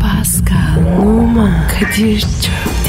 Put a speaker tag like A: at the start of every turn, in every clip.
A: Pascal, Oman, Kadir çok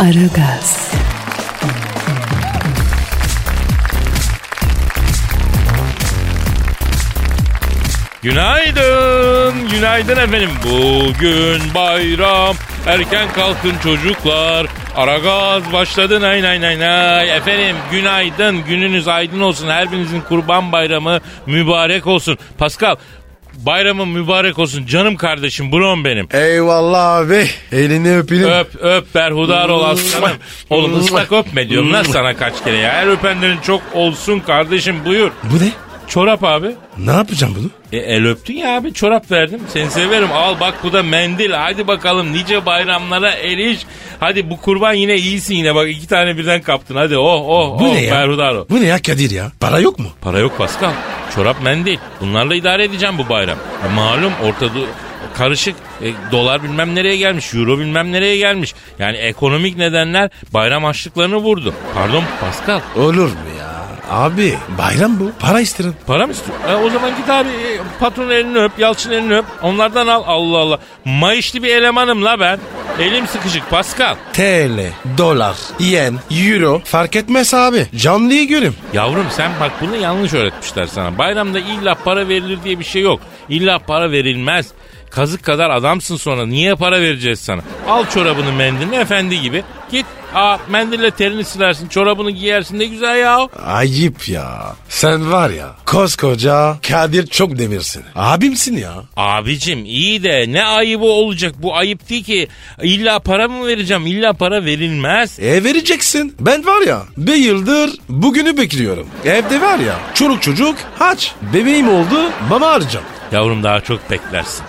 A: Aragaz,
B: Günaydın, günaydın efendim. Bugün bayram. Erken kalkın çocuklar. Aragaz başladı nay nay nay nay. Efendim günaydın, gününüz aydın olsun. Her birinizin kurban bayramı mübarek olsun. Pascal, bayramın mübarek olsun. Canım kardeşim, brom benim.
C: Eyvallah abi. Elini öpelim.
B: Öp öp berhudar ol aslanım. Oğlum ıslak öpme diyorum lan sana kaç kere ya. Her öpenlerin çok olsun kardeşim buyur.
C: Bu ne?
B: Çorap abi.
C: Ne yapacağım bunu?
B: E, el öptün ya abi çorap verdim. Seni severim al bak bu da mendil. Hadi bakalım nice bayramlara eriş. Hadi bu kurban yine iyisin yine bak iki tane birden kaptın. Hadi oh oh
C: Bu
B: oh
C: ne ya?
B: berhudar ol.
C: Bu ne ya Kadir ya? Para yok mu?
B: Para yok Pascal. Çorap mendil. Bunlarla idare edeceğim bu bayram. Ya malum ortada karışık. E, dolar bilmem nereye gelmiş. Euro bilmem nereye gelmiş. Yani ekonomik nedenler bayram açlıklarını vurdu. Pardon Pascal.
C: Olur mu ya? Abi bayram bu. Para isterim.
B: Para mı istiyor? E, o zaman git abi e, patronun elini öp, Yalçın elini öp. Onlardan al. Allah Allah. Mayışlı bir elemanım la ben. Elim sıkışık Pascal.
C: TL, dolar, yen, euro fark etmez abi. Canlıyı görüm.
B: Yavrum sen bak bunu yanlış öğretmişler sana. Bayramda illa para verilir diye bir şey yok. İlla para verilmez. Kazık kadar adamsın sonra niye para vereceğiz sana? Al çorabını mendilini efendi gibi. Git aa, mendille terini silersin çorabını giyersin ne güzel ya.
C: Ayıp ya. Sen var ya koskoca Kadir çok demirsin. Abimsin ya.
B: Abicim iyi de ne ayıbı olacak bu ayıp değil ki. İlla para mı vereceğim İlla para verilmez.
C: E vereceksin. Ben var ya bir yıldır bugünü bekliyorum. Evde var ya çoluk çocuk aç. Bebeğim oldu mama arayacağım.
B: Yavrum daha çok beklersin.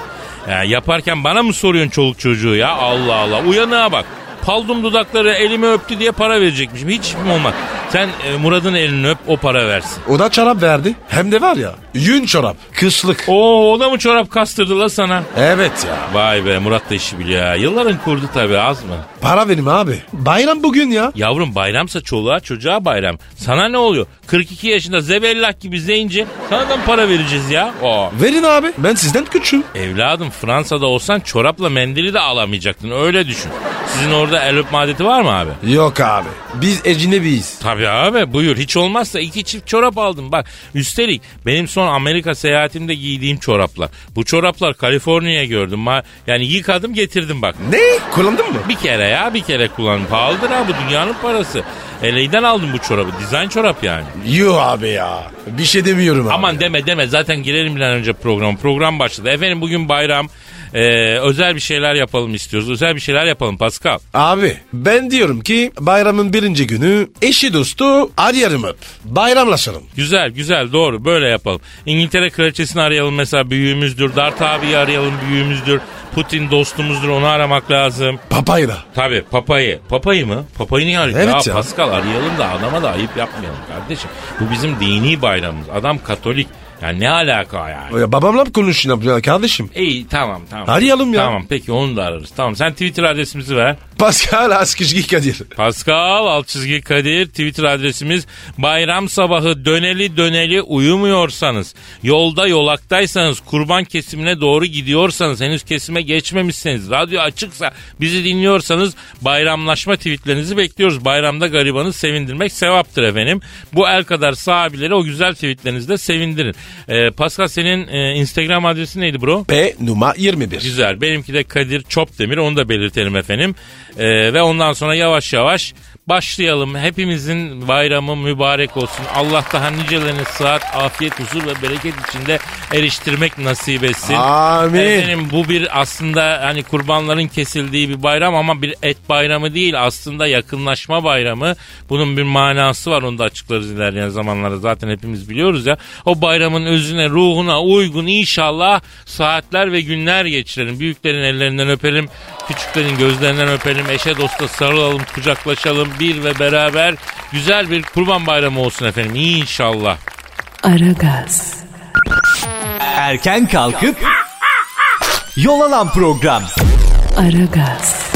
B: Ya yaparken bana mı soruyorsun çoluk çocuğu ya? Allah Allah. Uyanığa bak. Paldum dudakları elimi öptü diye para verecekmişim. Hiç mi olmaz? Sen e, Murat'ın elini öp o para versin.
C: O da çorap verdi. Hem de var ya yün çorap. Kışlık.
B: Oo o da mı çorap kastırdı la sana?
C: Evet ya.
B: Vay be Murat da işi biliyor ya. Yılların kurdu tabii az mı?
C: Para verim abi. Bayram bugün ya.
B: Yavrum bayramsa çoluğa çocuğa bayram. Sana ne oluyor? 42 yaşında zebellak gibi zenci. Sana da mı para vereceğiz ya? Oo.
C: Verin abi. Ben sizden küçüğüm.
B: Evladım Fransa'da olsan çorapla mendili de alamayacaktın öyle düşün. Sizin orada el öpme adeti var mı abi?
C: Yok abi. Biz ecnebiyiz.
B: Tabii abi buyur hiç olmazsa iki çift çorap aldım bak. Üstelik benim son Amerika seyahatimde giydiğim çoraplar. Bu çoraplar Kaliforniya'ya gördüm. Ha- Yani yıkadım getirdim bak.
C: Ne? Kullandın mı?
B: Bir kere ya bir kere kullandım. Pahalıdır ha bu dünyanın parası. LA'den aldım bu çorabı. Dizayn çorap yani.
C: Yuh abi ya. Bir şey demiyorum abi.
B: Aman deme deme zaten girelim bir an önce programa. Program başladı. Efendim bugün bayram. Ee, özel bir şeyler yapalım istiyoruz. Özel bir şeyler yapalım Pascal.
C: Abi ben diyorum ki bayramın birinci günü eşi dostu arayarım hep. Bayramlaşalım.
B: Güzel güzel doğru böyle yapalım. İngiltere kraliçesini arayalım mesela büyüğümüzdür. Dart abiyi arayalım büyüğümüzdür. Putin dostumuzdur onu aramak lazım.
C: Papayla.
B: Tabii papayı. Papayı mı? Papayı niye arıyoruz?
C: Evet ya.
B: ya, Pascal arayalım da adama da ayıp yapmayalım kardeşim. Bu bizim dini bayramımız. Adam katolik. Yani ne alaka yani?
C: Ya Babamla mı konuşun ya kardeşim?
B: İyi tamam tamam.
C: Arayalım ya.
B: Tamam peki onu da ararız. Tamam sen Twitter adresimizi ver.
C: Pascal Askizgi Kadir.
B: Pascal alt çizgi Kadir Twitter adresimiz bayram sabahı döneli döneli uyumuyorsanız yolda yolaktaysanız kurban kesimine doğru gidiyorsanız henüz kesime geçmemişseniz radyo açıksa bizi dinliyorsanız bayramlaşma tweetlerinizi bekliyoruz. Bayramda garibanı sevindirmek sevaptır efendim. Bu el kadar sahabileri o güzel tweetlerinizle sevindirin. Ee, Pascal senin e, Instagram adresi neydi bro?
C: P numa 21.
B: Güzel. Benimki de Kadir Çopdemir. Onu da belirtelim efendim. Ee, ve ondan sonra yavaş yavaş Başlayalım. Hepimizin bayramı mübarek olsun. Allah daha nicelerini sıhhat, afiyet, huzur ve bereket içinde eriştirmek nasip etsin.
C: Amin.
B: Efendim bu bir aslında hani kurbanların kesildiği bir bayram ama bir et bayramı değil. Aslında yakınlaşma bayramı. Bunun bir manası var onu da açıklarız ilerleyen zamanlarda. Zaten hepimiz biliyoruz ya. O bayramın özüne, ruhuna uygun inşallah saatler ve günler geçirelim. Büyüklerin ellerinden öpelim. Küçüklerin gözlerinden öpelim. Eşe dosta sarılalım, kucaklaşalım. Bir ve beraber güzel bir kurban bayramı olsun efendim. İnşallah.
A: Aragaz,
D: Erken kalkıp yol alan program.
A: Aragaz,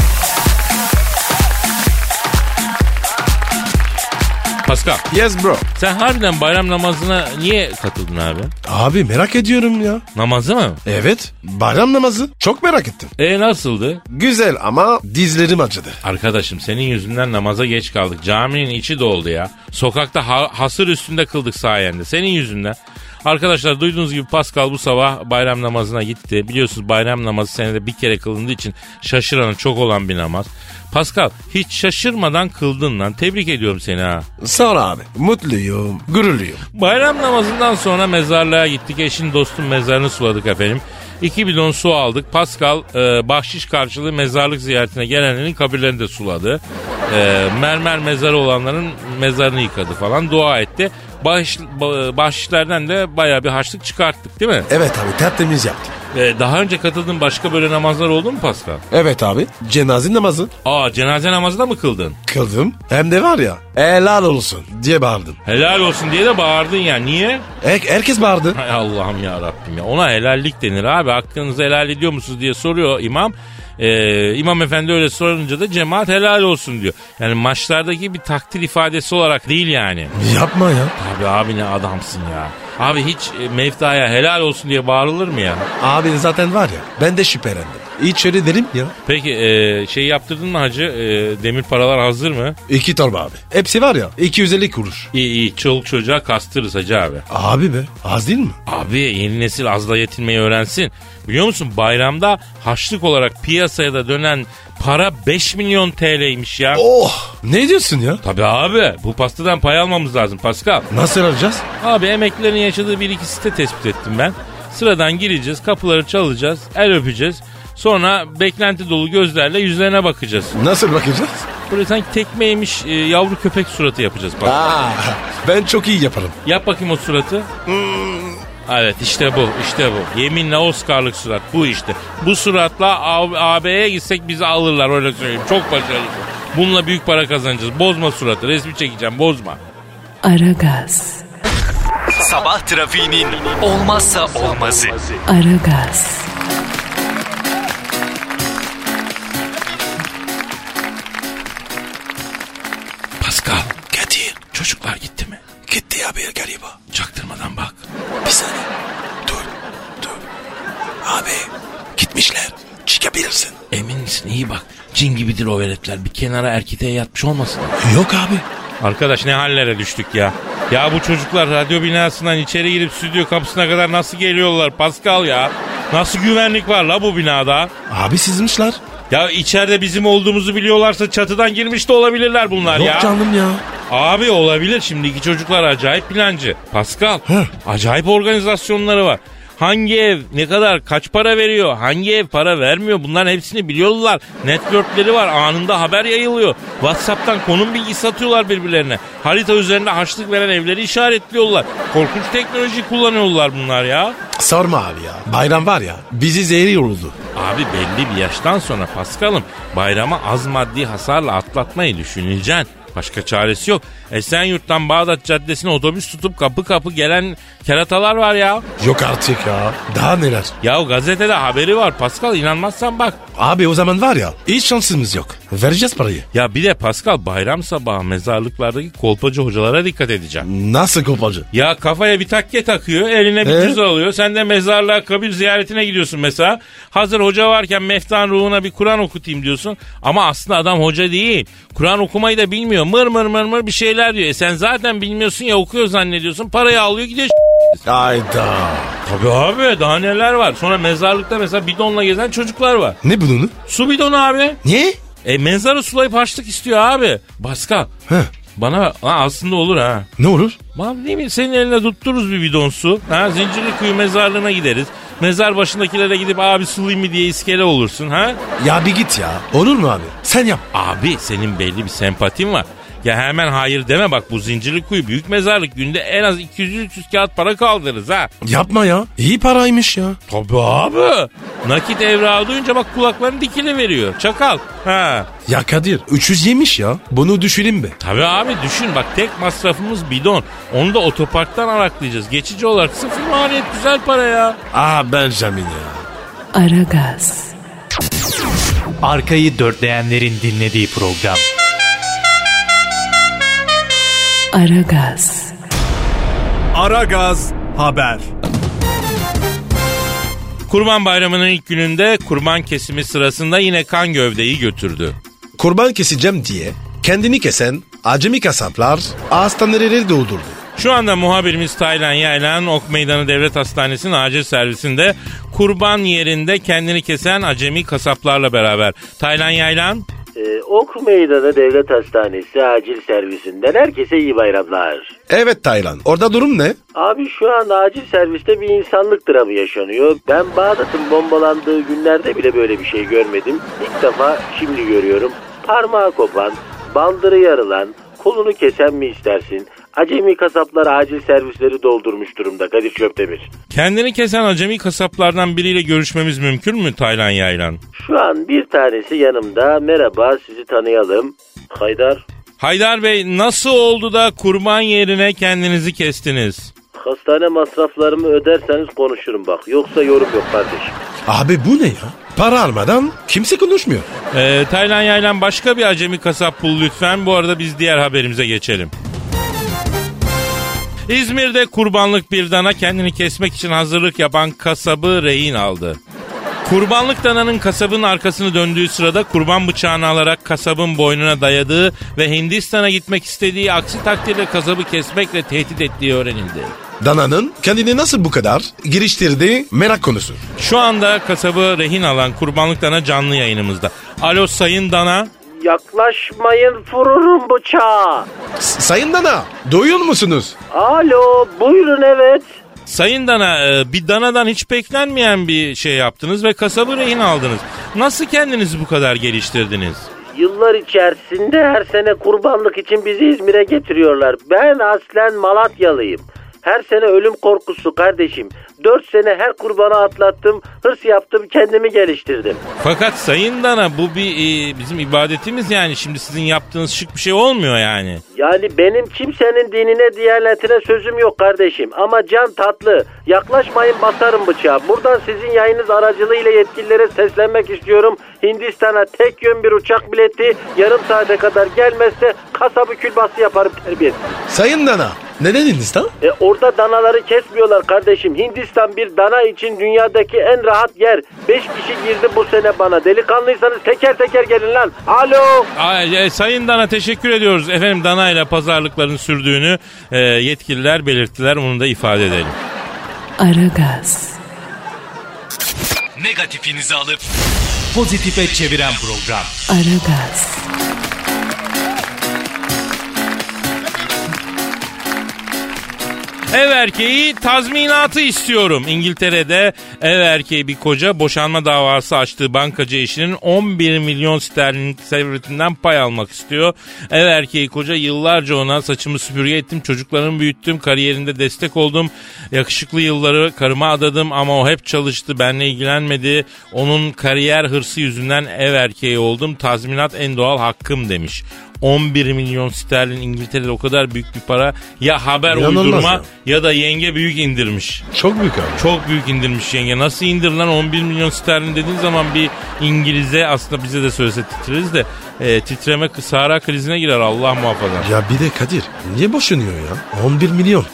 B: Pascal
C: Yes bro.
B: sen harbiden bayram namazına niye katıldın abi?
C: Abi merak ediyorum ya.
B: Namazı mı?
C: Evet. Bayram namazı. Çok merak ettim.
B: E nasıldı?
C: Güzel ama dizlerim acıdı.
B: Arkadaşım senin yüzünden namaza geç kaldık. Caminin içi doldu ya. Sokakta ha- hasır üstünde kıldık sayende. Senin yüzünden. Arkadaşlar duyduğunuz gibi Pascal bu sabah bayram namazına gitti. Biliyorsunuz bayram namazı senede bir kere kılındığı için şaşıranı çok olan bir namaz. Pascal hiç şaşırmadan kıldın lan. Tebrik ediyorum seni ha.
C: Sağ ol abi. Mutluyum. Gururluyum.
B: Bayram namazından sonra mezarlığa gittik. Eşin dostun mezarını suladık efendim. İki bidon su aldık. Pascal e, bahşiş karşılığı mezarlık ziyaretine gelenlerin kabirlerini de suladı. E, mermer mezarı olanların mezarını yıkadı falan. Dua etti. Bahşiş, ba- bahşişlerden de bayağı bir harçlık çıkarttık değil mi?
C: Evet abi tertemiz yaptım.
B: E, daha önce katıldığın başka böyle namazlar oldu mu Pascal?
C: Evet abi. Cenaze namazı.
B: Aa cenaze namazı da mı kıldın?
C: Kıldım. Hem de var ya. Helal olsun diye bağırdım.
B: Helal olsun diye de bağırdın ya. Niye?
C: Her- herkes bağırdı.
B: Hay Allah'ım ya Rabbim ya. Ona helallik denir abi. Hakkınızı helal ediyor musunuz diye soruyor imam. Ee, imam efendi öyle sorunca da cemaat helal olsun diyor. Yani maçlardaki bir takdir ifadesi olarak değil yani.
C: Yapma ya.
B: Abi abi ne adamsın ya. Abi hiç e, mevtaya helal olsun diye bağırılır mı ya?
C: Abi zaten var ya. Ben de şüphelendim. İçeri derim ya.
B: Peki e, şey yaptırdın mı hacı? E, demir paralar hazır mı?
C: İki torba abi. Hepsi var ya. 250 kuruş.
B: İyi iyi çoluk çocuğa kastırırız hacı abi.
C: Abi be. Az değil mi?
B: Abi yeni nesil azla yetinmeyi öğrensin. Biliyor musun bayramda haçlık olarak piyasaya da dönen para 5 milyon TL'ymiş ya.
C: Oh. Ne diyorsun ya?
B: Tabii abi bu pastadan pay almamız lazım Pascal.
C: Nasıl alacağız?
B: Abi emeklilerin yaşadığı bir iki site tespit ettim ben. Sıradan gireceğiz kapıları çalacağız el öpeceğiz. Sonra beklenti dolu gözlerle yüzlerine bakacağız.
C: Nasıl bakacağız?
B: Böyle sanki tekmeymiş e, yavru köpek suratı yapacağız. Bak.
C: Aa, ben çok iyi yaparım.
B: Yap bakayım o suratı. Hmm. Evet işte bu işte bu. Yeminle Oscar'lık surat bu işte. Bu suratla A- AB'ye gitsek bizi alırlar öyle söyleyeyim. Çok başarılı. Bununla büyük para kazanacağız. Bozma suratı resmi çekeceğim bozma.
A: Aragaz,
D: Sabah trafiğinin olmazsa olmazı.
A: Aragaz,
B: Pascal. Kadir. Çocuklar gitti mi? Gitti ya bir galiba. Çaktırmadan bak.
E: Bir saniye. Dur. Dur. Abi gitmişler. Çıkabilirsin.
B: Emin misin? İyi bak. Cin gibidir o veletler. Bir kenara erkete yatmış olmasın.
E: Yok abi.
B: Arkadaş ne hallere düştük ya. Ya bu çocuklar radyo binasından içeri girip stüdyo kapısına kadar nasıl geliyorlar Pascal ya? Nasıl güvenlik var la bu binada?
C: Abi sizmişler.
B: Ya içeride bizim olduğumuzu biliyorlarsa çatıdan girmiş de olabilirler bunlar
C: Yok
B: ya.
C: canım ya.
B: Abi olabilir şimdi iki çocuklar acayip plancı. Pascal acayip organizasyonları var. Hangi ev ne kadar kaç para veriyor hangi ev para vermiyor bunların hepsini biliyorlar. Networkleri var anında haber yayılıyor. Whatsapp'tan konum bilgisi satıyorlar birbirlerine. Harita üzerinde harçlık veren evleri işaretliyorlar. Korkunç teknoloji kullanıyorlar bunlar ya.
C: Sorma abi ya. Bayram var ya. Bizi zehri yoruldu.
B: Abi belli bir yaştan sonra Paskal'ım bayrama az maddi hasarla atlatmayı düşüneceksin. Başka çaresi yok. Esenyurt'tan Bağdat Caddesi'ne otobüs tutup kapı kapı gelen keratalar var ya.
C: Yok artık ya. Daha neler.
B: Ya gazetede haberi var Pascal inanmazsan bak.
C: Abi o zaman var ya. Hiç şansımız yok. Vereceğiz parayı.
B: Ya bir de Pascal bayram sabahı mezarlıklardaki kolpacı hocalara dikkat edeceğim.
C: Nasıl kopacı?
B: Ya kafaya bir takke takıyor, eline bir
C: Ee?
B: cüz alıyor. Sen de mezarlığa kabir ziyaretine gidiyorsun mesela. Hazır hoca varken meftan ruhuna bir Kur'an okutayım diyorsun. Ama aslında adam hoca değil. Kur'an okumayı da bilmiyor. Mır mır mır mır bir şeyler diyor. E sen zaten bilmiyorsun ya okuyor zannediyorsun. Parayı alıyor gidiyor.
C: Ayda.
B: Tabii abi daha neler var. Sonra mezarlıkta mesela bidonla gezen çocuklar var.
C: Ne bunun?
B: Su bidonu abi.
C: Niye?
B: E mezarı sulayıp harçlık istiyor abi. Baska.
C: He.
B: Bana ha, aslında olur ha.
C: Ne olur?
B: Abi değil mi? Senin eline tuttururuz bir bidon su. Ha? Zincirli kuyu mezarlığına gideriz. Mezar başındakilere gidip abi sulayım mı diye iskele olursun ha.
C: Ya bir git ya. Olur mu abi? Sen yap.
B: Abi senin belli bir sempatin var. Ya hemen hayır deme bak bu zincirli kuyu büyük mezarlık günde en az 200-300 kağıt para kaldırırız ha.
C: Yapma ya. İyi paraymış ya.
B: Tabii abi. Nakit evrağı duyunca bak kulakların dikili veriyor. Çakal. Ha.
C: Ya Kadir 300 yemiş ya. Bunu düşüreyim be.
B: Tabii abi düşün bak tek masrafımız bidon. Onu da otoparktan araklayacağız. Geçici olarak sıfır maliyet güzel para ya.
C: Aa Ah Benjamin ya.
A: Aragaz,
D: Arkayı dörtleyenlerin dinlediği program.
A: Aragaz,
D: Ara Gaz Haber.
B: Kurban bayramının ilk gününde kurban kesimi sırasında yine kan gövdeyi götürdü.
C: Kurban keseceğim diye kendini kesen acemi kasaplar hastaneleri doldurdu.
B: Şu anda muhabirimiz Taylan Yaylan Ok Meydanı Devlet Hastanesi'nin acil servisinde kurban yerinde kendini kesen acemi kasaplarla beraber. Taylan Yaylan
F: Ee, Ok Meydanı Devlet Hastanesi acil servisinden herkese iyi bayramlar.
C: Evet Taylan. Orada durum ne?
F: Abi şu anda acil serviste bir insanlık dramı yaşanıyor. Ben Bağdat'ın bombalandığı günlerde bile böyle bir şey görmedim. İlk defa şimdi görüyorum. Parmağı kopan, bandırı yarılan, kolunu kesen mi istersin? Acemi kasaplar acil servisleri doldurmuş durumda Kadir Çöptemir.
B: kendini kesen acemi kasaplardan biriyle görüşmemiz mümkün mü Taylan Yaylan?
F: Şu an bir tanesi yanımda. Merhaba sizi tanıyalım. Haydar.
B: Haydar Bey nasıl oldu da kurban yerine kendinizi kestiniz?
F: Hastane masraflarımı öderseniz konuşurum bak. Yoksa yorum yok kardeşim.
C: Abi bu ne ya? Para almadan kimse konuşmuyor.
B: Ee, Taylan Yaylan başka bir acemi kasap bul lütfen. Bu arada biz diğer haberimize geçelim. İzmir'de kurbanlık bir dana kendini kesmek için hazırlık yapan kasabı rehin aldı. Kurbanlık dananın kasabın arkasını döndüğü sırada kurban bıçağını alarak kasabın boynuna dayadığı ve Hindistan'a gitmek istediği aksi takdirde kasabı kesmekle tehdit ettiği öğrenildi.
C: Dana'nın kendini nasıl bu kadar giriştirdiği merak konusu.
B: Şu anda kasabı rehin alan kurbanlık dana canlı yayınımızda. Alo sayın dana.
F: Yaklaşmayın vururum bıçağı.
C: S- Sayın Dana, duyuyor musunuz?
F: Alo buyurun evet.
B: Sayın Dana e, bir danadan hiç beklenmeyen bir şey yaptınız ve kasabı rehin aldınız. Nasıl kendinizi bu kadar geliştirdiniz?
F: Yıllar içerisinde her sene kurbanlık için bizi İzmir'e getiriyorlar. Ben aslen Malatyalıyım. Her sene ölüm korkusu kardeşim. Dört sene her kurbanı atlattım, hırs yaptım, kendimi geliştirdim.
B: Fakat Sayın Dana bu bir e, bizim ibadetimiz yani şimdi sizin yaptığınız şık bir şey olmuyor yani.
F: Yani benim kimsenin dinine, diyanetine sözüm yok kardeşim. Ama can tatlı. Yaklaşmayın basarım bıçağı. Buradan sizin yayınız aracılığıyla yetkililere seslenmek istiyorum. Hindistan'a tek yön bir uçak bileti yarım saate kadar gelmezse kasabı külbası yaparım terbiyesiz.
C: Sayın Dana, ne dediniz lan?
F: E orada danaları kesmiyorlar kardeşim. Hindistan bir dana için dünyadaki en rahat yer. Beş kişi girdi bu sene bana. Delikanlıysanız teker teker gelin lan. Alo.
B: Aa, e, Sayın Dana teşekkür ediyoruz. Efendim Dana ile pazarlıkların sürdüğünü e, yetkililer belirttiler. Bunu da ifade edelim.
A: Aragaz,
D: Negatifinizi alıp pozitife çeviren program.
A: Aragaz,
B: Ev erkeği tazminatı istiyorum. İngiltere'de ev erkeği bir koca boşanma davası açtığı bankacı eşinin 11 milyon sterlin servetinden pay almak istiyor. Ev erkeği koca yıllarca ona saçımı süpürge ettim, çocuklarımı büyüttüm, kariyerinde destek oldum. Yakışıklı yılları karıma adadım ama o hep çalıştı, benle ilgilenmedi. Onun kariyer hırsı yüzünden ev erkeği oldum. Tazminat en doğal hakkım demiş. 11 milyon sterlin İngiltere'de o kadar büyük bir para ya haber
C: İnanılmaz
B: uydurma
C: ya.
B: ya da yenge büyük indirmiş.
C: Çok büyük abi.
B: Çok büyük indirmiş yenge. Nasıl indir lan 11 milyon sterlin dediğin zaman bir İngiliz'e aslında bize de söylese titreriz de e, titreme sahara krizine girer Allah muhafaza.
C: Ya bir de Kadir, niye boşanıyor ya? 11 milyon.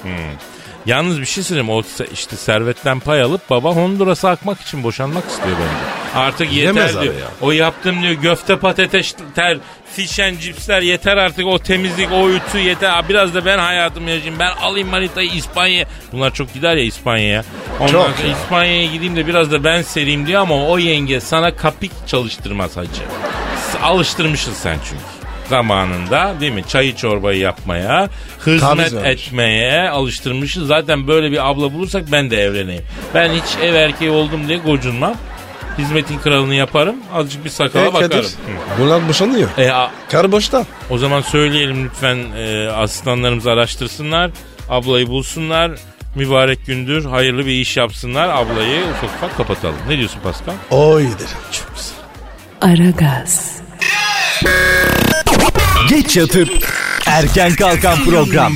B: Yalnız bir şey söyleyeyim o se- işte servetten pay alıp baba Honduras'a akmak için boşanmak istiyor bence. Artık yeter
C: Yemez abi
B: diyor.
C: ya.
B: O yaptım diyor göfte patates ter fişen cipsler yeter artık o temizlik o ütü yeter. Aa, Biraz da ben hayatımı yaşayayım ben alayım manitayı İspanya'ya. Bunlar çok gider ya İspanya'ya. Ondan
C: Çok
B: sonra
C: ya.
B: İspanya'ya gideyim de biraz da ben sereyim diyor ama o yenge sana kapik çalıştırmaz hacı. alıştırmışsın sen çünkü zamanında değil mi? Çayı çorbayı yapmaya, hizmet
C: Taviz vermiş.
B: etmeye alıştırmışız. Zaten böyle bir abla bulursak ben de evleneyim. Ben hiç ev erkeği oldum diye gocunmam. Hizmetin kralını yaparım. Azıcık bir sakala
C: E,
B: bakarım.
C: Kadir, Bunlar boşanıyor.
B: Hı. E, a-
C: Karı boşta.
B: o zaman söyleyelim lütfen e, asistanlarımız araştırsınlar. Ablayı bulsunlar. Mübarek gündür hayırlı bir iş yapsınlar. Ablayı ufak ufak kapatalım. Ne diyorsun Pascal?
C: O iyidir. Çok
A: Aragaz,
D: Geç yatıp erken kalkan program.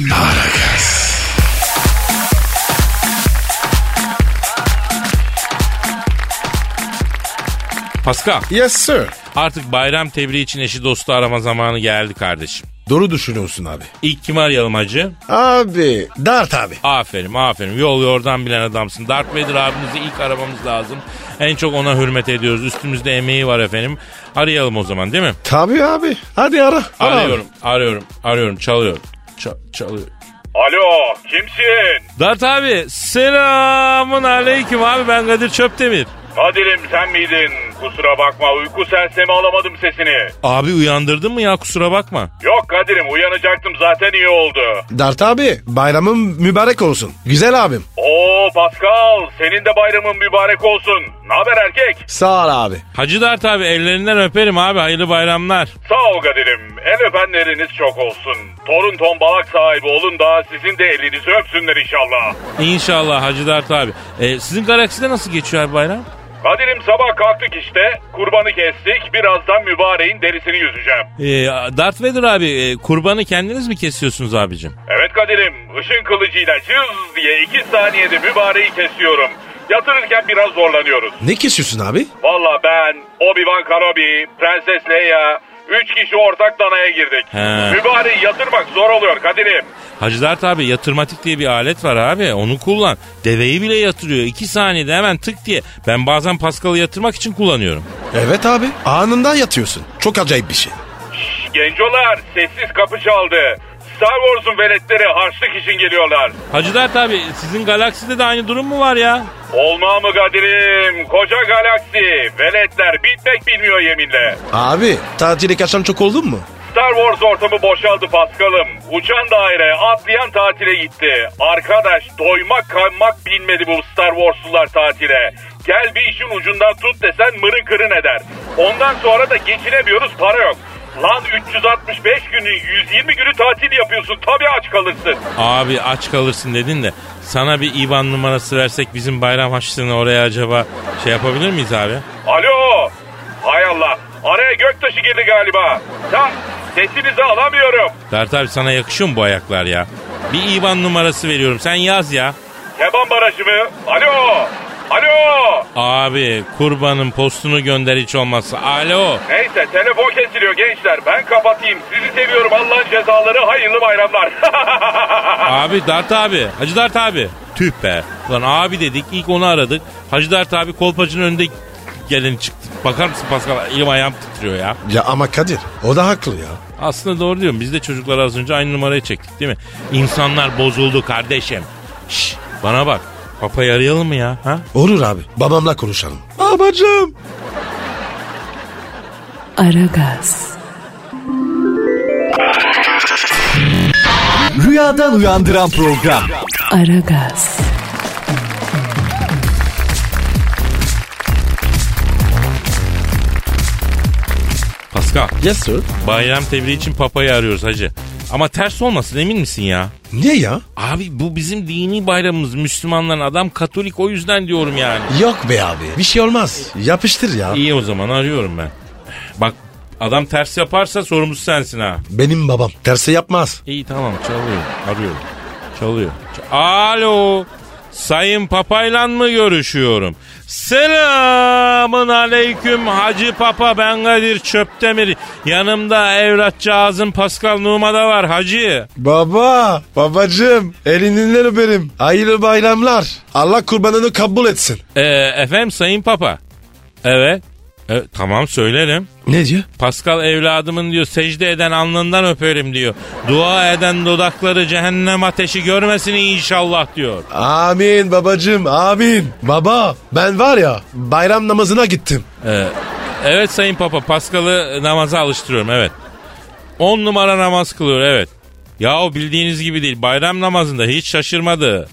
B: Pascal
C: Yes sir.
B: artık bayram tebriği için eşi dostu arama zamanı geldi kardeşim.
C: Doğru düşünüyorsun abi.
B: İlk kim arayalım hacı?
C: Abi. Dart abi.
B: Aferin aferin. Yol yordan bilen adamsın. Darth Vader abimizi ilk aramamız lazım. En çok ona hürmet ediyoruz. Üstümüzde emeği var efendim. Arayalım o zaman değil mi?
C: Tabii abi. Hadi ara. ara abi.
B: Arıyorum arıyorum arıyorum çalıyor. Ça- çalıyor.
G: Alo kimsin?
B: Dart abi selamun aleyküm abi ben Kadir Çöptemir.
G: Kadir'im sen miydin? Kusura bakma uyku sersemi alamadım sesini.
B: Abi uyandırdın mı ya kusura bakma.
G: Yok Kadir'im uyanacaktım zaten iyi oldu.
C: Dart abi. Bayramın mübarek olsun. Güzel abim.
G: Oo Pascal senin de bayramın mübarek olsun. Ne haber erkek?
C: Sağ ol abi.
B: Hacı Dart abi ellerinden öperim abi hayırlı bayramlar.
G: Sağ ol Kadir'im. El öpenleriniz çok olsun. Torun tombalak sahibi olun da sizin de elinizi öpsünler inşallah.
B: İnşallah Hacı Dart abi. E, sizin galakside nasıl geçiyor abi bayram?
G: Kadir'im sabah kalktık işte. Kurbanı kestik. Birazdan mübareğin derisini yüzeceğim.
B: E, Dart Vader abi e, kurbanı kendiniz mi kesiyorsunuz abicim?
G: Evet Kadir'im, ışın kılıcıyla cız diye iki saniyede mübareği kesiyorum. Yatırırken biraz zorlanıyoruz.
C: Ne kesiyorsun abi?
G: Valla ben, Obi-Wan Kenobi, Prenses Leia, üç kişi ortak danaya girdik.
B: He.
G: Mübareği yatırmak zor oluyor Kadir'im.
B: Hacı Dert abi yatırmatik diye bir alet var abi onu kullan. Deveyi bile yatırıyor. iki saniyede hemen tık diye. Ben bazen Pascal'ı yatırmak için kullanıyorum.
C: Evet abi. Anında yatıyorsun. Çok acayip bir şey.
G: Şş, Gencolar, sessiz kapı çaldı. Star Wars'un veletleri harçlık için geliyorlar.
B: Hacı Dert abi sizin galakside de aynı durum mu var ya?
G: Olma mı Kadir'im? Koca galaksi, veletler bitmek bilmiyor yeminle.
C: Abi. Tatile kaçan çok oldun mu?
G: Star Wars ortamı boşaldı Paskal'ım. Uçan daire, atlayan tatile gitti. Arkadaş doymak kalmak bilmedi bu Star Wars'lular tatile. Gel bir işin ucundan tut desen mırın kırın eder. Ondan sonra da geçinemiyoruz para yok. Lan 365 günün 120 günü tatil yapıyorsun tabii aç kalırsın.
B: Abi aç kalırsın dedin de sana bir IBAN numarası versek bizim bayram harçlığını oraya acaba şey yapabilir miyiz abi?
G: Alo. Hay Allah. Araya göktaşı girdi galiba. Ta sesinizi alamıyorum.
B: Dert abi sana yakışıyor mu bu ayaklar ya? Bir IBAN numarası veriyorum sen yaz ya.
G: Keban barajı mı? Alo. Alo.
B: Abi kurbanın postunu gönder hiç olmazsa. Alo.
G: Neyse telefon kesiliyor gençler. Ben kapatayım. Sizi seviyorum Allah'ın cezaları. Hayırlı bayramlar.
B: Abi Dert abi. Hacı Dert abi. Tüh be. Lan abi dedik ilk onu aradık. Hacı Dert abi kolpacının önünde gelin çıktı. Bakar mısın Pascal elim ayağım titriyor ya.
C: Ya ama Kadir. O da haklı ya.
B: Aslında doğru diyorum. Biz de çocuklara az önce aynı numarayı çektik değil mi? İnsanlar bozuldu kardeşim. Şş, bana bak. Papayı arayalım mı ya? Ha?
C: Olur abi. Babamla konuşalım. Babacığım.
A: Aragaz,
D: Rüyadan uyandıran program.
A: Aragaz,
B: Pascal.
C: Yes sir.
B: Bayram tebriği için papayı arıyoruz hacı. Ama ters olmasın emin misin ya?
C: Niye ya?
B: Abi bu bizim dini bayramımız Müslümanların adam Katolik o yüzden diyorum yani.
C: Yok be abi. Bir şey olmaz. Yapıştır ya.
B: İyi o zaman arıyorum ben. Bak adam ters yaparsa sorumlusu sensin ha.
C: Benim babam. Tersi yapmaz.
B: İyi tamam çalıyor arıyorum. Çalıyor. Ç- Alo. Sayın Papa'yla mı görüşüyorum? Selamın aleyküm Hacı Papa ben Kadir Çöptemir. Yanımda evlatcağızım Pascal Numa da var Hacı.
C: Baba. Babacığım. Elinden öperim. Hayırlı bayramlar. Allah kurbanını kabul etsin.
B: Ee, efendim Sayın Papa. Evet. E, tamam söylerim.
C: Ne diyor?
B: Pascal evladımın diyor secde eden alnından öperim diyor. Dua eden dudakları cehennem ateşi görmesin inşallah diyor.
C: Amin babacığım amin. Baba ben var ya bayram namazına gittim.
B: Ee, Evet Sayın Papa Paskal'ı namaza alıştırıyorum evet. 10 numara namaz kılıyor evet. Yahu bildiğiniz gibi değil bayram namazında hiç şaşırmadı.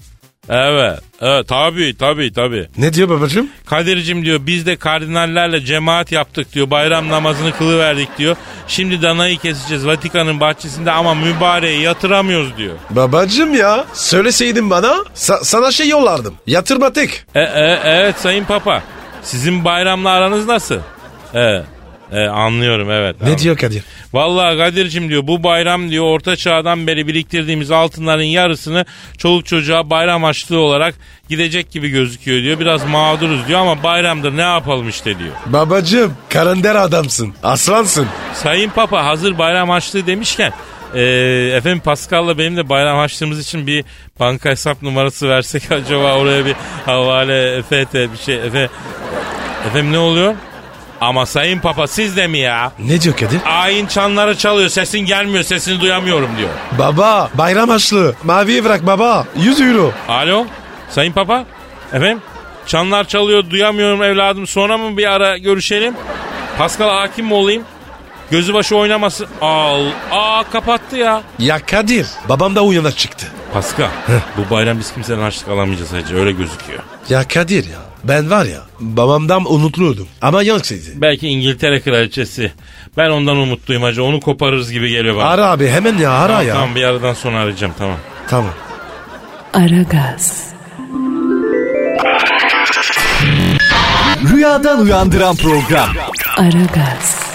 B: Evet, evet tabii tabii tabii.
C: Ne diyor babacığım?
B: Kadir'cim diyor biz de kardinallerle cemaat yaptık diyor. Bayram namazını kılıverdik diyor. Şimdi danayı keseceğiz Vatikan'ın bahçesinde ama mübareği yatıramıyoruz diyor.
C: Babacığım ya söyleseydin bana sa- sana şey yollardım. Yatırma tek.
B: E, e, evet Sayın Papa sizin bayramla aranız nasıl? E, e, anlıyorum evet.
C: Ne diyor Kadir?
B: Vallahi Kadir'cim diyor bu bayram diyor orta çağdan beri biriktirdiğimiz altınların yarısını çoluk çocuğa bayram açlığı olarak gidecek gibi gözüküyor diyor. Biraz mağduruz diyor ama bayramdır ne yapalım işte diyor.
C: Babacığım kalender adamsın. Aslansın.
B: Sayın Papa hazır bayram açlığı demişken e, efendim Pascal'la benim de bayram açtığımız için bir banka hesap numarası versek acaba oraya bir havale FT bir şey efe, efendim ne oluyor? Ama Sayın Papa siz de mi ya?
C: Ne diyor Kadir?
B: Ayin çanları çalıyor sesin gelmiyor sesini duyamıyorum diyor.
C: Baba bayram açlığı. Maviye bırak baba. 100 euro.
B: Alo Sayın Papa efendim çanlar çalıyor duyamıyorum evladım sonra mı bir ara görüşelim? Pascal hakim mi olayım? Gözü başı oynamasın. Al. Aa kapattı ya.
C: Ya Kadir babam da uyanık çıktı.
B: Pascal bu bayram biz kimsenin harçlık alamayacağız hacı öyle gözüküyor.
C: Ya Kadir ya ben var ya babamdan unutluyordum ama yanksıydı.
B: Belki İngiltere kraliçesi. Ben ondan umutluyum hacı onu koparırız gibi geliyor bana.
C: Ara abi hemen ya ara ya.
B: Tamam bir aradan sonra arayacağım tamam.
C: Tamam.
A: Aragaz,
D: Rüyadan uyandıran program.
A: Aragaz,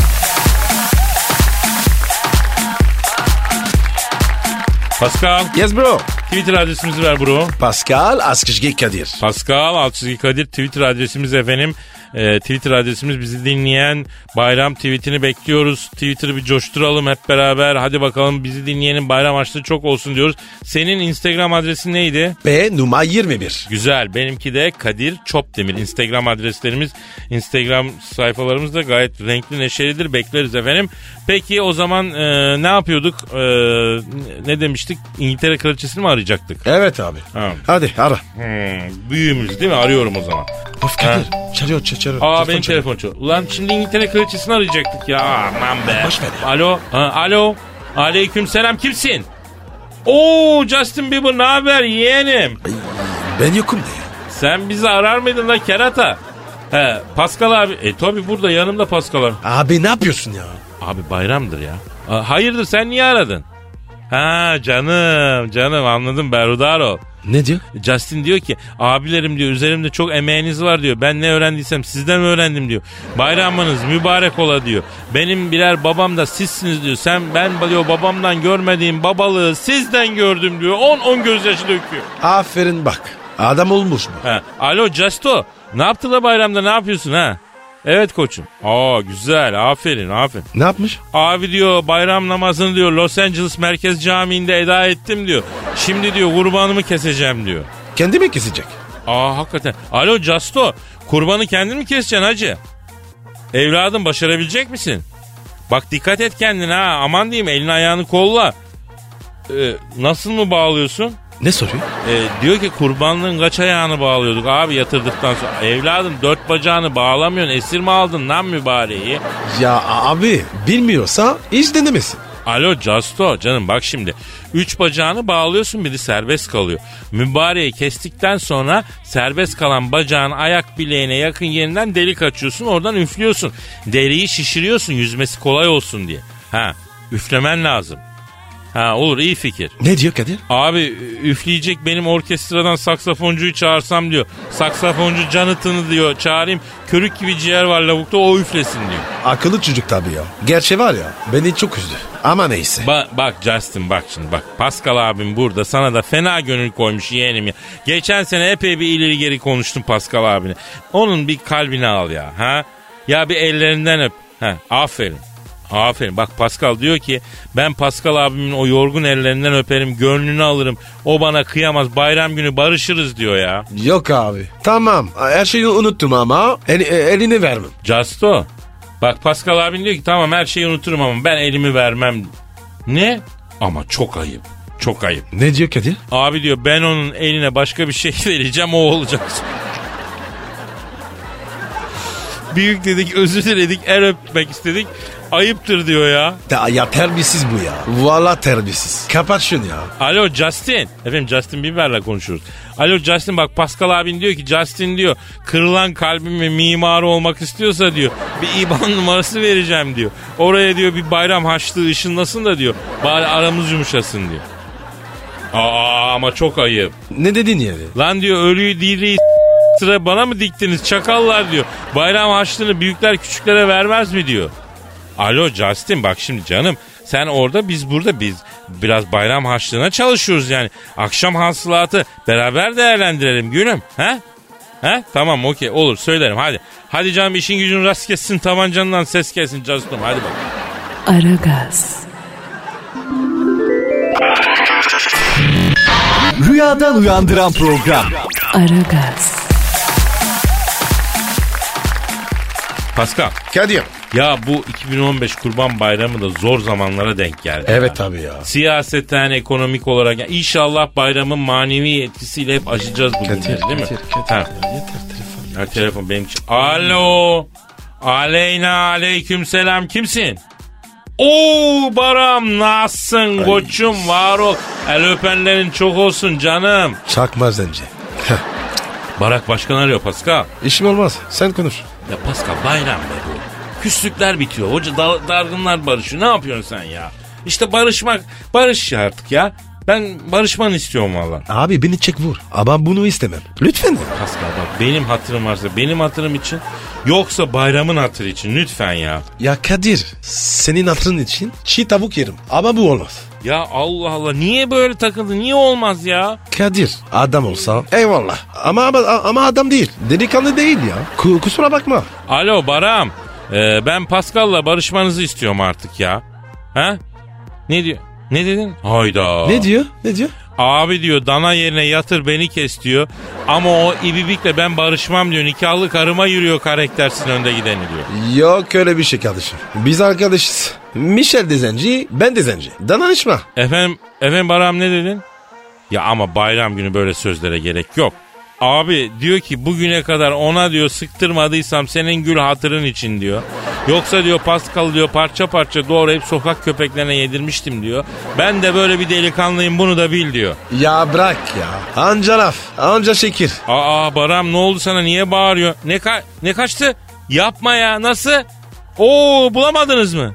B: Pascal
C: Yes bro.
B: Twitter adresimizi ver bro.
C: Pascal Askışge Kadir.
B: Pascal Altçizgi Kadir Twitter adresimiz efendim. Ee, Twitter adresimiz bizi dinleyen bayram tweetini bekliyoruz. Twitter'ı bir coşturalım hep beraber. Hadi bakalım bizi dinleyenin bayram açlığı çok olsun diyoruz. Senin Instagram adresin neydi?
C: P numara 21.
B: Güzel. Benimki de Kadir Çopdemir. Instagram adreslerimiz, Instagram sayfalarımız da gayet renkli neşelidir. Bekleriz efendim. Peki o zaman e, ne yapıyorduk? E, ne demiştik? İngiltere Kraliçesini mi arayacaktık?
C: Evet abi.
B: Ha.
C: Hadi ara.
B: Hmm, büyüğümüz değil mi? Arıyorum o zaman.
C: Of Kadir. Çalıyor ç- çalıyor.
B: Aa
C: Telefon
B: benim
C: çalıyor.
B: telefon çalıyor. Ulan şimdi İngiltere kraliçesini arayacaktık ya. Aman be.
E: Boş ver ya.
B: Alo. Ha, alo. Aleyküm selam kimsin? Oo Justin Bieber ne haber yeğenim?
C: Ben yokum diye.
B: Sen bizi arar mıydın lan kerata? He Pascal abi. E tabi burada yanımda Pascal abi.
C: Abi ne yapıyorsun ya?
B: Abi bayramdır ya. Aa, hayırdır sen niye aradın? Ha canım canım anladım Berudaro.
C: Ne diyor?
B: Justin diyor ki abilerim diyor üzerimde çok emeğiniz var diyor. Ben ne öğrendiysem sizden öğrendim diyor. Bayramınız mübarek ola diyor. Benim birer babam da sizsiniz diyor. Sen ben diyor babamdan görmediğim babalığı sizden gördüm diyor. 10 10 gözyaşı döküyor.
C: Aferin bak. Adam olmuş mu?
B: Ha. Alo Justo ne yaptın da bayramda ne yapıyorsun ha? Evet koçum. Aa güzel aferin aferin.
C: Ne yapmış?
B: Abi diyor bayram namazını diyor Los Angeles Merkez Camii'nde eda ettim diyor. Şimdi diyor kurbanımı keseceğim diyor.
C: Kendi mi kesecek?
B: Aa hakikaten. Alo Casto kurbanı kendin mi keseceksin hacı? Evladım başarabilecek misin? Bak dikkat et kendine ha aman diyeyim elini ayağını kolla. Ee, nasıl mı bağlıyorsun?
C: Ne soruyor?
B: Ee, diyor ki kurbanlığın kaç ayağını bağlıyorduk abi yatırdıktan sonra. Evladım dört bacağını bağlamıyorsun esir mi aldın lan mübareği?
C: Ya abi bilmiyorsa hiç denemesin.
B: Alo Casto canım bak şimdi. Üç bacağını bağlıyorsun biri serbest kalıyor. Mübareği kestikten sonra serbest kalan bacağın ayak bileğine yakın yerinden delik açıyorsun. Oradan üflüyorsun. Deriyi şişiriyorsun yüzmesi kolay olsun diye. Ha üflemen lazım. Ha olur iyi fikir.
C: Ne diyor Kadir?
B: Abi üfleyecek benim orkestradan saksafoncuyu çağırsam diyor. Saksafoncu Jonathan'ı diyor çağırayım. Körük gibi ciğer var lavukta o üflesin diyor.
C: Akıllı çocuk tabii ya. Gerçi var ya beni çok üzdü. Ama neyse.
B: Ba- bak Justin bak şimdi bak Pascal abim burada sana da fena gönül koymuş yeğenim ya. Geçen sene epey bir ileri geri konuştum Pascal abine. Onun bir kalbini al ya ha. Ya bir ellerinden öp. Ha, aferin. Aferin. Bak Pascal diyor ki ben Pascal abimin o yorgun ellerinden öperim, gönlünü alırım. O bana kıyamaz. Bayram günü barışırız diyor ya.
C: Yok abi. Tamam her şeyi unuttum ama el- e, elini vermem.
B: Justo. Bak Pascal abin diyor ki tamam her şeyi unuturum ama ben elimi vermem. Ne? Ama çok ayıp. Çok ayıp.
C: Ne diyor Kadir?
B: Abi diyor ben onun eline başka bir şey vereceğim o olacak. büyük dedik, özür diledik, el öpmek istedik. Ayıptır diyor ya.
C: Ya, ya terbiyesiz bu ya. Valla terbiyesiz. Kapat şunu ya.
B: Alo Justin. Efendim Justin Bieber'la konuşuyoruz. Alo Justin bak Pascal abin diyor ki Justin diyor kırılan kalbimin mimarı olmak istiyorsa diyor bir IBAN numarası vereceğim diyor. Oraya diyor bir bayram haçlığı ışınlasın da diyor bari aramız yumuşasın diyor. Aa ama çok ayıp.
C: Ne dedin yani?
B: Lan diyor ölüyü diriyi sıra bana mı diktiniz çakallar diyor. Bayram harçlığını büyükler küçüklere vermez mi diyor. Alo Justin bak şimdi canım sen orada biz burada biz biraz bayram harçlığına çalışıyoruz yani. Akşam hasılatı beraber değerlendirelim gülüm. He? He? Tamam okey olur söylerim hadi. Hadi canım işin gücün rast kessin tabancandan ses gelsin Justin hadi bak.
A: Aragaz,
D: Rüyadan uyandıran program.
A: Aragaz,
B: Pascal
C: Kadir.
B: ya bu 2015 Kurban Bayramı da zor zamanlara denk geldi. ya.
C: Evet abi ya.
B: Siyaseten, ekonomik olarak. Yani inşallah bayramın manevi etkisiyle hep aşacağız bu günleri değil mi? Ha. Ha, telefon benim için. Alo. Aleyna aleyküm selam. Kimsin? Oo Baram nasılsın koçum var ol. El öpenlerin çok olsun canım.
C: Çakmaz zence.
B: Barak başkan arıyor Pascal.
C: İşim olmaz. Sen konuş.
B: Ya Pascal bayram be bu. Küslükler bitiyor. Hoca dar- dargınlar barışıyor. Ne yapıyorsun sen ya? İşte barışmak barış ya artık ya. Ben barışmanı istiyorum valla.
C: Abi beni çek vur. Ama bunu istemem. Lütfen.
B: Pascal bak benim hatırım varsa benim hatırım için yoksa bayramın hatırı için lütfen ya.
C: Ya Kadir senin hatırın için çiğ tavuk yerim. Ama bu olmaz.
B: Ya Allah Allah niye böyle takıldın niye olmaz ya?
C: Kadir adam olsa eyvallah. Ama ama, ama adam değil. Delikanlı değil ya. Ku- Kusura bakma.
B: Alo Baram ee, ben Pascal'la barışmanızı istiyorum artık ya. Ha? Ne diyor? Ne dedin? Hayda.
C: Ne diyor? Ne diyor?
B: Abi diyor dana yerine yatır beni kes diyor. Ama o ibibikle ben barışmam diyor. Nikahlı karıma yürüyor karaktersin önde gideni diyor.
C: Yok öyle bir şey kardeşim. Biz arkadaşız. Michel de zenci, ben de zenci. Dananışma.
B: Efendim, efendim Baram ne dedin? Ya ama bayram günü böyle sözlere gerek yok. Abi diyor ki bugüne kadar ona diyor sıktırmadıysam senin gül hatırın için diyor. Yoksa diyor Pascal diyor parça parça doğrayıp sokak köpeklerine yedirmiştim diyor. Ben de böyle bir delikanlıyım bunu da bil diyor.
C: Ya bırak ya. Anca laf, anca şekir.
B: Aa Baram ne oldu sana niye bağırıyor? Ne, ka- ne kaçtı? Yapma ya nasıl? Oo bulamadınız mı?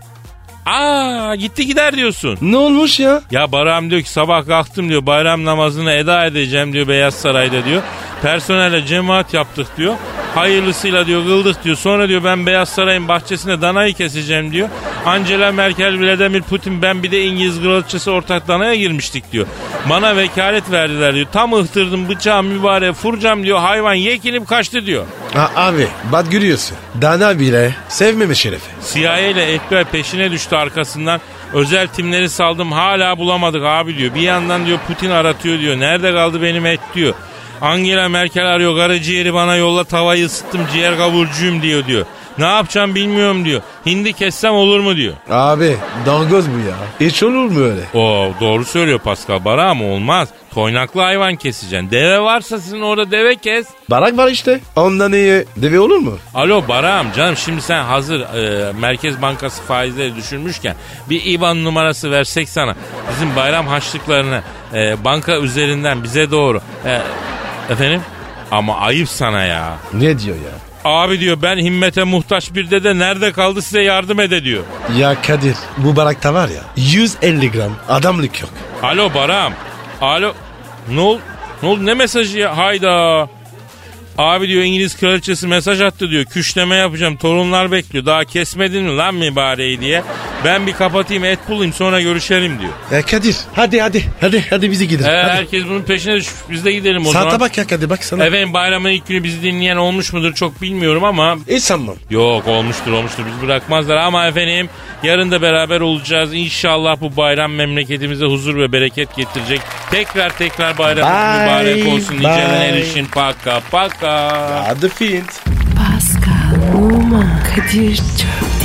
B: Aa gitti gider diyorsun.
C: Ne olmuş ya?
B: Ya Baram diyor ki sabah kalktım diyor bayram namazını eda edeceğim diyor Beyaz Saray'da diyor. Personelle cemaat yaptık diyor. Hayırlısıyla diyor kıldık diyor. Sonra diyor ben Beyaz Saray'ın bahçesinde danayı keseceğim diyor. Angela Merkel, Vladimir Putin ben bir de İngiliz kraliçesi ortak danaya girmiştik diyor. Bana vekalet verdiler diyor. Tam ıhtırdım bıçağı mübareğe furcam diyor. Hayvan yekilip kaçtı diyor.
C: Ha, abi bak görüyorsun. Dana bile sevmemiş şerefi.
B: CIA ile FBI peşine düştü arkasından. Özel timleri saldım hala bulamadık abi diyor. Bir yandan diyor Putin aratıyor diyor. Nerede kaldı benim et diyor. Angela Merkel arıyor karı ciğeri bana yolla tavayı ısıttım ciğer kavurcuyum diyor diyor. Ne yapacağım bilmiyorum diyor. Hindi kessem olur mu diyor.
C: Abi dangoz bu ya. Hiç olur mu öyle?
B: O doğru söylüyor Pascal Bara ama olmaz. Toynaklı hayvan keseceksin. Deve varsa sizin orada deve kes.
C: Barak var işte. Ondan iyi deve olur mu?
B: Alo Baram canım şimdi sen hazır e, Merkez Bankası faizleri düşürmüşken bir IBAN numarası versek sana. Bizim bayram harçlıklarını e, banka üzerinden bize doğru. E, efendim? Ama ayıp sana ya.
C: Ne diyor ya?
B: Abi diyor ben himmete muhtaç bir dede nerede kaldı size yardım ede diyor.
C: Ya Kadir bu barakta var ya 150 gram adamlık yok.
B: Alo Baram. Alo. Ne oldu? Ne oldu? Ne mesajı ya? Hayda. Abi diyor İngiliz kraliçesi mesaj attı diyor. Küşleme yapacağım. Torunlar bekliyor. Daha kesmedin mi lan mübareği diye. Ben bir kapatayım et bulayım sonra görüşelim diyor.
C: Ya Kadir hadi hadi hadi hadi bizi gidelim.
B: Ee,
C: hadi.
B: herkes bunun peşine düşmüş. Biz de gidelim o
C: Saate
B: zaman.
C: bak ya Kadir bak sana.
B: Efendim bayramın ilk günü bizi dinleyen olmuş mudur çok bilmiyorum ama
C: Hiç sanmam.
B: Yok olmuştur olmuştur biz bırakmazlar ama efendim yarın da beraber olacağız. İnşallah bu bayram memleketimize huzur ve bereket getirecek. Tekrar tekrar bayramımız
C: Bye,
B: mübarek olsun.
C: bye.
B: Niceler erişin paka paka.
C: Hadi Fint.
A: Pascal, Oman, Kadir çok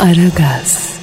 A: Aragaz.